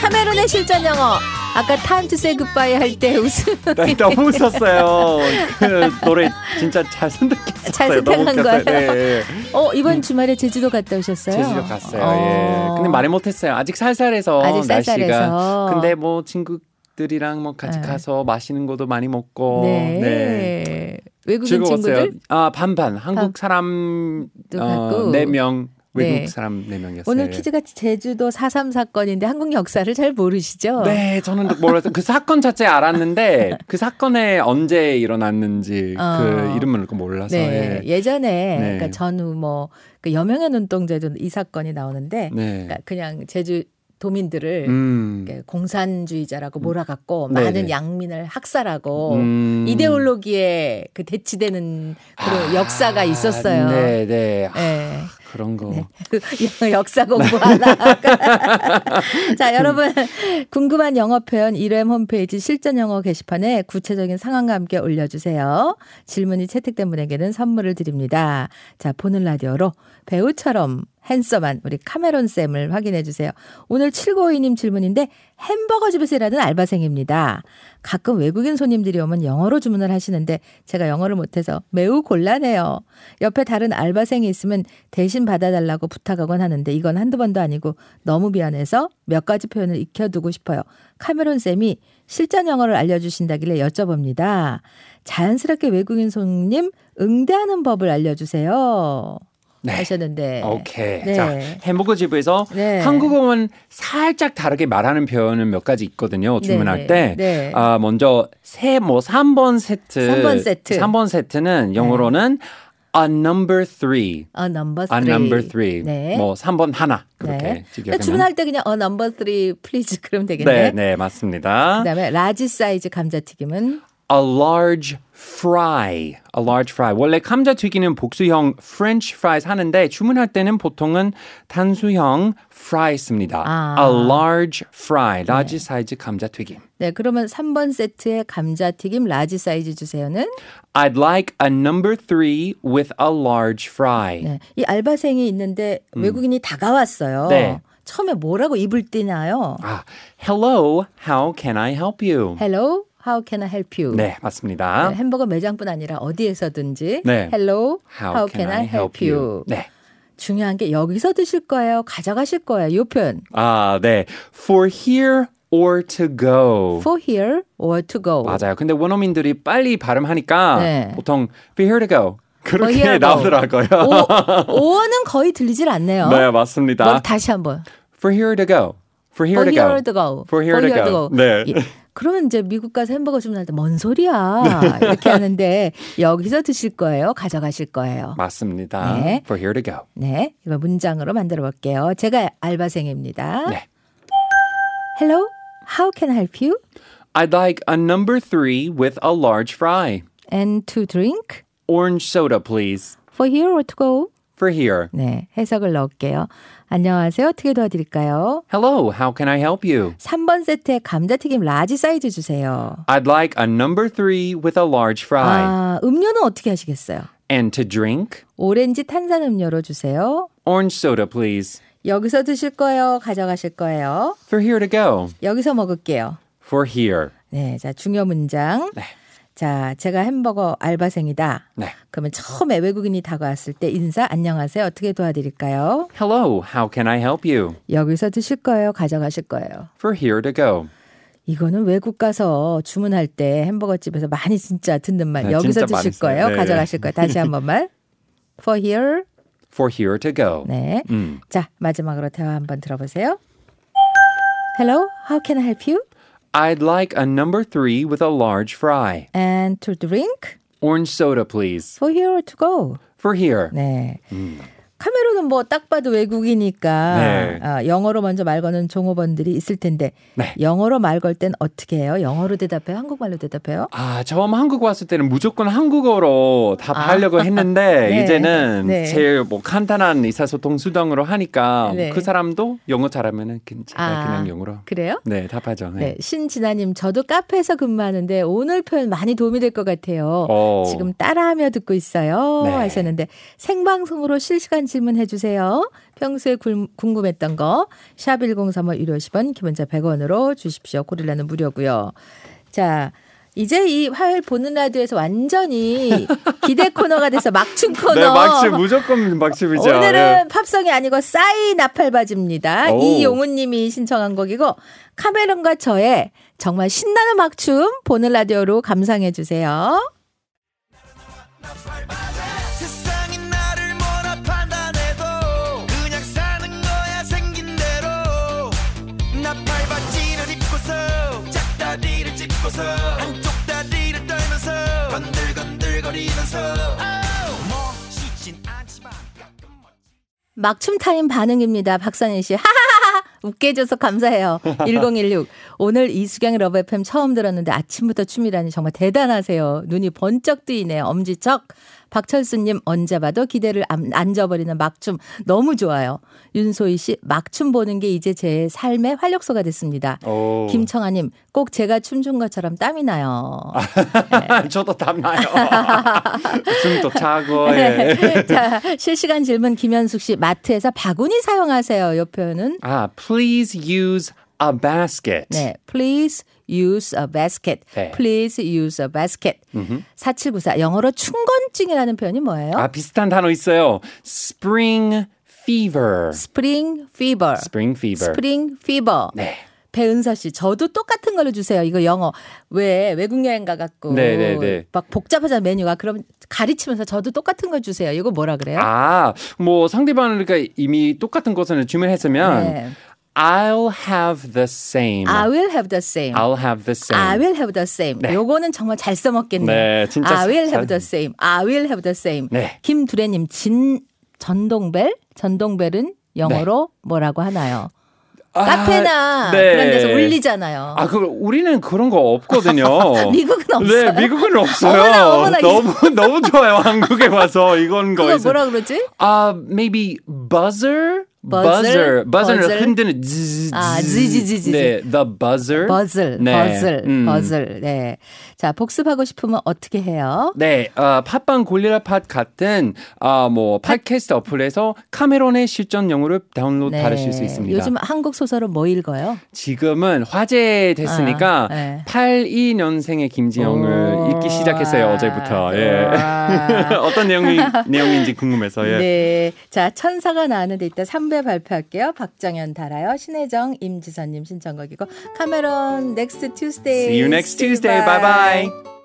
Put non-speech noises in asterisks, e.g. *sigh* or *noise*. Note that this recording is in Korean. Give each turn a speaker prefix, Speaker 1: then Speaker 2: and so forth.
Speaker 1: 카메론의 실전 영어. 아까 Time to Say Goodbye 할 때 웃음. *laughs*
Speaker 2: 나 네, 너무 웃었어요. 그 노래 진짜 잘 선택했어요.
Speaker 1: 잘 선택한
Speaker 2: 너무 웃겼어요.
Speaker 1: 거예요? *laughs*
Speaker 2: 네, 예.
Speaker 1: 어 이번 주말에 제주도 갔다 오셨어요?
Speaker 2: 제주도 갔어요.
Speaker 1: 어.
Speaker 2: 예. 근데 말을 못했어요. 아직 쌀쌀해서
Speaker 1: 아직
Speaker 2: 날씨가.
Speaker 1: 쌀쌀해서. 어.
Speaker 2: 근데 뭐 친구들이랑 뭐 같이
Speaker 1: 네.
Speaker 2: 가서 맛있는 것도 많이 먹고.
Speaker 1: 네.
Speaker 2: 네.
Speaker 1: 외국인
Speaker 2: 즐거웠어요.
Speaker 1: 친구들
Speaker 2: 아 반반 한국 사람
Speaker 1: 또
Speaker 2: 어,
Speaker 1: 갔고.
Speaker 2: 네 명, 외국
Speaker 1: 네.
Speaker 2: 사람 네 명이었어요.
Speaker 1: 오늘 퀴즈가 제주도 4.3 사건인데 한국 역사를 잘 모르시죠?
Speaker 2: 네, 저는 몰랐어요. 그 사건 자체 알았는데 그 사건에 언제 일어났는지
Speaker 1: 어.
Speaker 2: 그 이름을 몰라서.
Speaker 1: 네.
Speaker 2: 예.
Speaker 1: 예전에
Speaker 2: 네.
Speaker 1: 그러니까 전후 뭐그 여명의 눈동자도 이 사건이 나오는데
Speaker 2: 네.
Speaker 1: 그러니까 그냥 제주 도민들을
Speaker 2: 음.
Speaker 1: 이렇게 공산주의자라고 몰아갔고
Speaker 2: 네네.
Speaker 1: 많은 양민을 학살하고
Speaker 2: 음.
Speaker 1: 어, 이데올로기에 그 대치되는 그런
Speaker 2: 아,
Speaker 1: 역사가 있었어요.
Speaker 2: 네, 네. 아,
Speaker 1: 예.
Speaker 2: 그런 거.
Speaker 1: 그 역사 공부하다. *laughs* 자, 여러분 궁금한 영어 표현 1회 홈페이지 실전 영어 게시판에 구체적인 상황과 함께 올려주세요. 질문이 채택된 분에게는 선물을 드립니다. 자, 보는 라디오로 배우처럼 핸섬한 우리 카메론 쌤을 확인해 주세요. 오늘 7952님 질문인데 햄버거 집에서 일하는 알바생입니다. 가끔 외국인 손님들이 오면 영어로 주문을 하시는데 제가 영어를 못해서 매우 곤란해요. 옆에 다른 알바생이 있으면 대신 받아달라고 부탁하곤 하는데 이건 한두 번도 아니고 너무 미안해서 몇 가지 표현을 익혀두고 싶어요. 카메론 쌤이 실전 영어를 알려주신다길래 여쭤봅니다. 자연스럽게 외국인 손님 응대하는 법을 알려주세요.
Speaker 2: 네.
Speaker 1: 하셨는데.
Speaker 2: 오케이.
Speaker 1: 네.
Speaker 2: 자, 햄버거 집에서
Speaker 1: 네.
Speaker 2: 한국어만 살짝 다르게 말하는 표현은 몇 가지 있거든요.
Speaker 1: 네,
Speaker 2: 주문할 때.
Speaker 1: 네.
Speaker 2: 아, 먼저 세뭐 3번 세트.
Speaker 1: 삼번 세트. 네.
Speaker 2: 삼번 세트는 영어로는 a number three.
Speaker 1: A 어, number
Speaker 2: a
Speaker 1: three.
Speaker 2: 아, number three.
Speaker 1: 네.
Speaker 2: 뭐 3번 하나. 그렇게
Speaker 1: 네.
Speaker 2: 지
Speaker 1: 그러니까 주문할 때 그냥 어 넘버 3 플리즈 *laughs* 그러면 되겠네.
Speaker 2: 네, 네, 맞습니다.
Speaker 1: 그다음에 라지 사이즈 감자튀김은
Speaker 2: a large fry. a large fry. 원래 감자튀김은 복수형 french fries 하는데 주문할 때는 보통은 단수형 fry 씁니다.
Speaker 1: 아.
Speaker 2: a large fry. large size 감자튀김.
Speaker 1: 네, 그러면 3번 세트의 감자튀김 라지 사이즈 주세요는
Speaker 2: I'd like a number three with a large fry.
Speaker 1: 네, 이 알바생이 있는데 외국인이 다가왔어요.
Speaker 2: 음. 네.
Speaker 1: 처음에 뭐라고 입을 띠나요?
Speaker 2: 아, hello, how can I help you?
Speaker 1: Hello, how can I help you?
Speaker 2: 네, 맞습니다.
Speaker 1: 네, 햄버거 매장뿐 아니라 어디에서든지
Speaker 2: 네.
Speaker 1: Hello, how, can, I help you?
Speaker 2: 네.
Speaker 1: 중요한 게 여기서 드실 거예요, 가져가실 거예요. 이 표현.
Speaker 2: 아, 네. For here or to go.
Speaker 1: For here or to go.
Speaker 2: 맞아요. 근데 원어민들이 빨리 발음하니까
Speaker 1: 네.
Speaker 2: 보통 be here to go 그렇게
Speaker 1: here to go.
Speaker 2: 나오더라고요.
Speaker 1: 오, 오는 거의 들리질 않네요.
Speaker 2: *laughs* 네, 맞습니다.
Speaker 1: 뭘 다시 한번.
Speaker 2: For here to go. For here
Speaker 1: For
Speaker 2: to go.
Speaker 1: here to go.
Speaker 2: For here to go. 네.
Speaker 1: 예. 그러면 이제 미국 가서 햄버거 주문할 때 뭔 소리야 이렇게 하는데 여기서 드실 거예요, 가져가실 거예요.
Speaker 2: *laughs* 맞습니다.
Speaker 1: 네.
Speaker 2: For here to go.
Speaker 1: 네, 이걸 문장으로 만들어 볼게요. 제가 알바생입니다.
Speaker 2: 네.
Speaker 1: Hello, how can I help you?
Speaker 2: I'd like a number three with a large fry.
Speaker 1: And to drink
Speaker 2: Orange soda, please.
Speaker 1: for here or to go?
Speaker 2: For here.
Speaker 1: 네, 해석을 넣을게요. 안녕하세요. 어떻게 도와드릴까요?
Speaker 2: Hello, how can I help you?
Speaker 1: 3번 세트에 감자튀김 라지 사이즈 주세요.
Speaker 2: I'd like a number three with a large fry.
Speaker 1: 아, 음료는 어떻게 하시겠어요?
Speaker 2: And to drink,
Speaker 1: 오렌지 탄산 음료로 주세요.
Speaker 2: orange soda, please.
Speaker 1: 여기서 드실 거예요, 가져가실 거예요.
Speaker 2: For here to go.
Speaker 1: 여기서 먹을게요.
Speaker 2: For here.
Speaker 1: 네, 자 중요 문장. 자, 제가 햄버거 알바생이다.
Speaker 2: 네.
Speaker 1: 그러면 처음에 외국인이 다가왔을 때 인사 안녕하세요. 어떻게 도와드릴까요?
Speaker 2: Hello, how can I help you?
Speaker 1: 여기서 드실 거예요, 가져가실 거예요.
Speaker 2: For here to go.
Speaker 1: 이거는 외국 가서 주문할 때 햄버거 집에서 많이 진짜 듣는 말.
Speaker 2: 네,
Speaker 1: 여기서
Speaker 2: 진짜 많이
Speaker 1: 드실
Speaker 2: 써요.
Speaker 1: 거예요,
Speaker 2: 네.
Speaker 1: 가져가실 거예요. 다시 한 번만. For here.
Speaker 2: For here to go.
Speaker 1: 네.
Speaker 2: 음.
Speaker 1: 자, 마지막으로 대화 한번 들어보세요. Hello, how can I help you?
Speaker 2: I'd like a number three with a large fry.
Speaker 1: And to drink
Speaker 2: Orange soda, please.
Speaker 1: for here or to go?
Speaker 2: For here.
Speaker 1: 네. 카메론은 뭐 딱 봐도 외국이니까
Speaker 2: 네.
Speaker 1: 아, 영어로 먼저 말 거는 종업원들이 있을 텐데 영어로 말 걸 땐 어떻게 해요? 영어로 대답해요? 한국말로 대답해요?
Speaker 2: 아, 처음 한국 왔을 때는 무조건 한국어로 답하려고 *laughs*
Speaker 1: *laughs*
Speaker 2: 했는데
Speaker 1: 네.
Speaker 2: 이제는
Speaker 1: 네.
Speaker 2: 제일 뭐 간단한 의사소통 수단으로 하니까
Speaker 1: 네.
Speaker 2: 그 사람도 영어 잘하면은 괜찮아
Speaker 1: 아.
Speaker 2: 그냥 영어로
Speaker 1: 그래요?
Speaker 2: 네 답하죠.
Speaker 1: 네. 신진아님 저도 카페에서 근무하는데 오늘 표현 많이 도움이 될 것 같아요.
Speaker 2: 오.
Speaker 1: 지금 따라하며 듣고 있어요
Speaker 2: 어. 네.
Speaker 1: 하셨는데 생방송으로 실시간 질문해 주세요. 평소에 굶- 궁금했던 거 샵 1035 유료 10원 기본자 100원으로 주십시오. 고릴라는 무료고요. 자, 이제 이 화요일 보는 라디오에서 완전히 기대 코너가 돼서 막춤 코너.
Speaker 2: 네, 막춤 무조건 막춤이죠.
Speaker 1: 오늘은
Speaker 2: 네.
Speaker 1: 팝송이 아니고 싸이 나팔바지입니다.
Speaker 2: 오.
Speaker 1: 이용훈님이 신청한 곡이고 카메론과 저의 정말 신나는 막춤 보는 라디오로 감상해 주세요.
Speaker 3: 세상이 나를 뭐라 판단해도 그냥 사는 거야 생긴 대로 나 팔바지를 입고서 짝다리를 짚고서 한쪽 다리를 떨면서 건들건들거리면서 멋있진 않지만 가끔 멋
Speaker 1: 막춤 타임 반응입니다. 박선인 씨. 하하하하. 웃게 해줘서 감사해요. 1016. 오늘 이수경의 러브 FM 처음 들었는데 아침부터 춤이라니 정말 대단하세요. 눈이 번쩍 뜨이네요. 엄지척. 박철수님 언제 봐도 기대를 안, 안 저버리는 막춤 너무 좋아요. 윤소희 씨 막춤 보는 게 이제 제 삶의 활력소가 됐습니다.
Speaker 2: 오.
Speaker 1: 김청아님 꼭 제가 춤춘 것처럼 땀이 나요.
Speaker 2: 네. *laughs* 저도 땀나요.
Speaker 1: *laughs*
Speaker 2: 숨도 차고. 예.
Speaker 1: 네. *laughs* 자, 실시간 질문 김현숙 씨 마트에서 바구니 사용하세요. 요 표현은
Speaker 2: 아, please use a basket.
Speaker 1: 네, please use a basket.
Speaker 2: 네.
Speaker 1: please use a basket. 4794 영어로 춘곤증이라는 표현이 뭐예요?
Speaker 2: 아, 비슷한 단어 있어요. spring fever.
Speaker 1: spring fever.
Speaker 2: spring fever.
Speaker 1: spring fever.
Speaker 2: 네.
Speaker 1: 배은서 씨, 저도 똑같은 걸로 주세요. 이거 영어. 왜 외국 여행 가갖고
Speaker 2: 네, 네, 네.
Speaker 1: 막 복잡하잖아 메뉴가. 그럼 가르치면서 저도 똑같은 걸 주세요. 이거 뭐라 그래요?
Speaker 2: 아, 뭐 상대방이니까 이미 똑같은 것을 주문했으면
Speaker 1: 네.
Speaker 2: I'll have the same.
Speaker 1: I will have the same.
Speaker 2: I'll have the same.
Speaker 1: I will have the same. 요거는 정말 잘 써먹겠네요.
Speaker 2: 네, 진짜
Speaker 1: I will have
Speaker 2: 잘-
Speaker 1: the same. I will have the same.
Speaker 2: 네.
Speaker 1: 김두래님, 진 전동벨? 전동벨은 영어로 뭐라고 하나요?
Speaker 2: 네. 아,
Speaker 1: 카페나
Speaker 2: 네.
Speaker 1: 그런 데서 울리잖아요.
Speaker 2: 아, 그 우리는 그런 거 없거든요.
Speaker 1: *laughs* 미국은 없어요.
Speaker 2: 네, 미국은 없어요.
Speaker 1: 어머나, 어머나,
Speaker 2: 너무 너무 좋아요. 한국에 와서 이건 거
Speaker 1: 그거
Speaker 2: 있어요.
Speaker 1: 뭐라 그러지?
Speaker 2: 아, maybe buzzer?
Speaker 1: Buzzer?
Speaker 2: buzzer. buzzer는
Speaker 1: Buzzer?
Speaker 2: 흔드는 zzz.
Speaker 1: 아, zzzzz.
Speaker 2: 네, the buzzer.
Speaker 1: 버즐,
Speaker 2: 네.
Speaker 1: 버즐,
Speaker 2: 음.
Speaker 1: 버즐. 네. 자, 복습하고 싶으면 어떻게 해요?
Speaker 2: 네, 어, 팟빵 골리라 팟 같은 어, 뭐 팟캐스트 어플에서 카메론의 실전 영어를 다운로드 받으실 수 있습니다.
Speaker 1: 네. 요즘 한국 소설은 뭐 읽어요?
Speaker 2: 지금은 화제됐으니까
Speaker 1: 아, 네.
Speaker 2: 82년생의
Speaker 1: 오. 아.
Speaker 2: 김지영을 읽기 시작했어요 어제부터. 예. *laughs*
Speaker 1: 와.
Speaker 2: 어떤 내용이 내용인지 궁금해서. 예.
Speaker 1: 네. 자, 천사가 나왔는데 이따 3배 발표할게요. 박정현 달아요. 신혜정, 임지선님 신청곡이고 카메론 넥스트 투스데이.
Speaker 2: See you next Tuesday. Bye bye.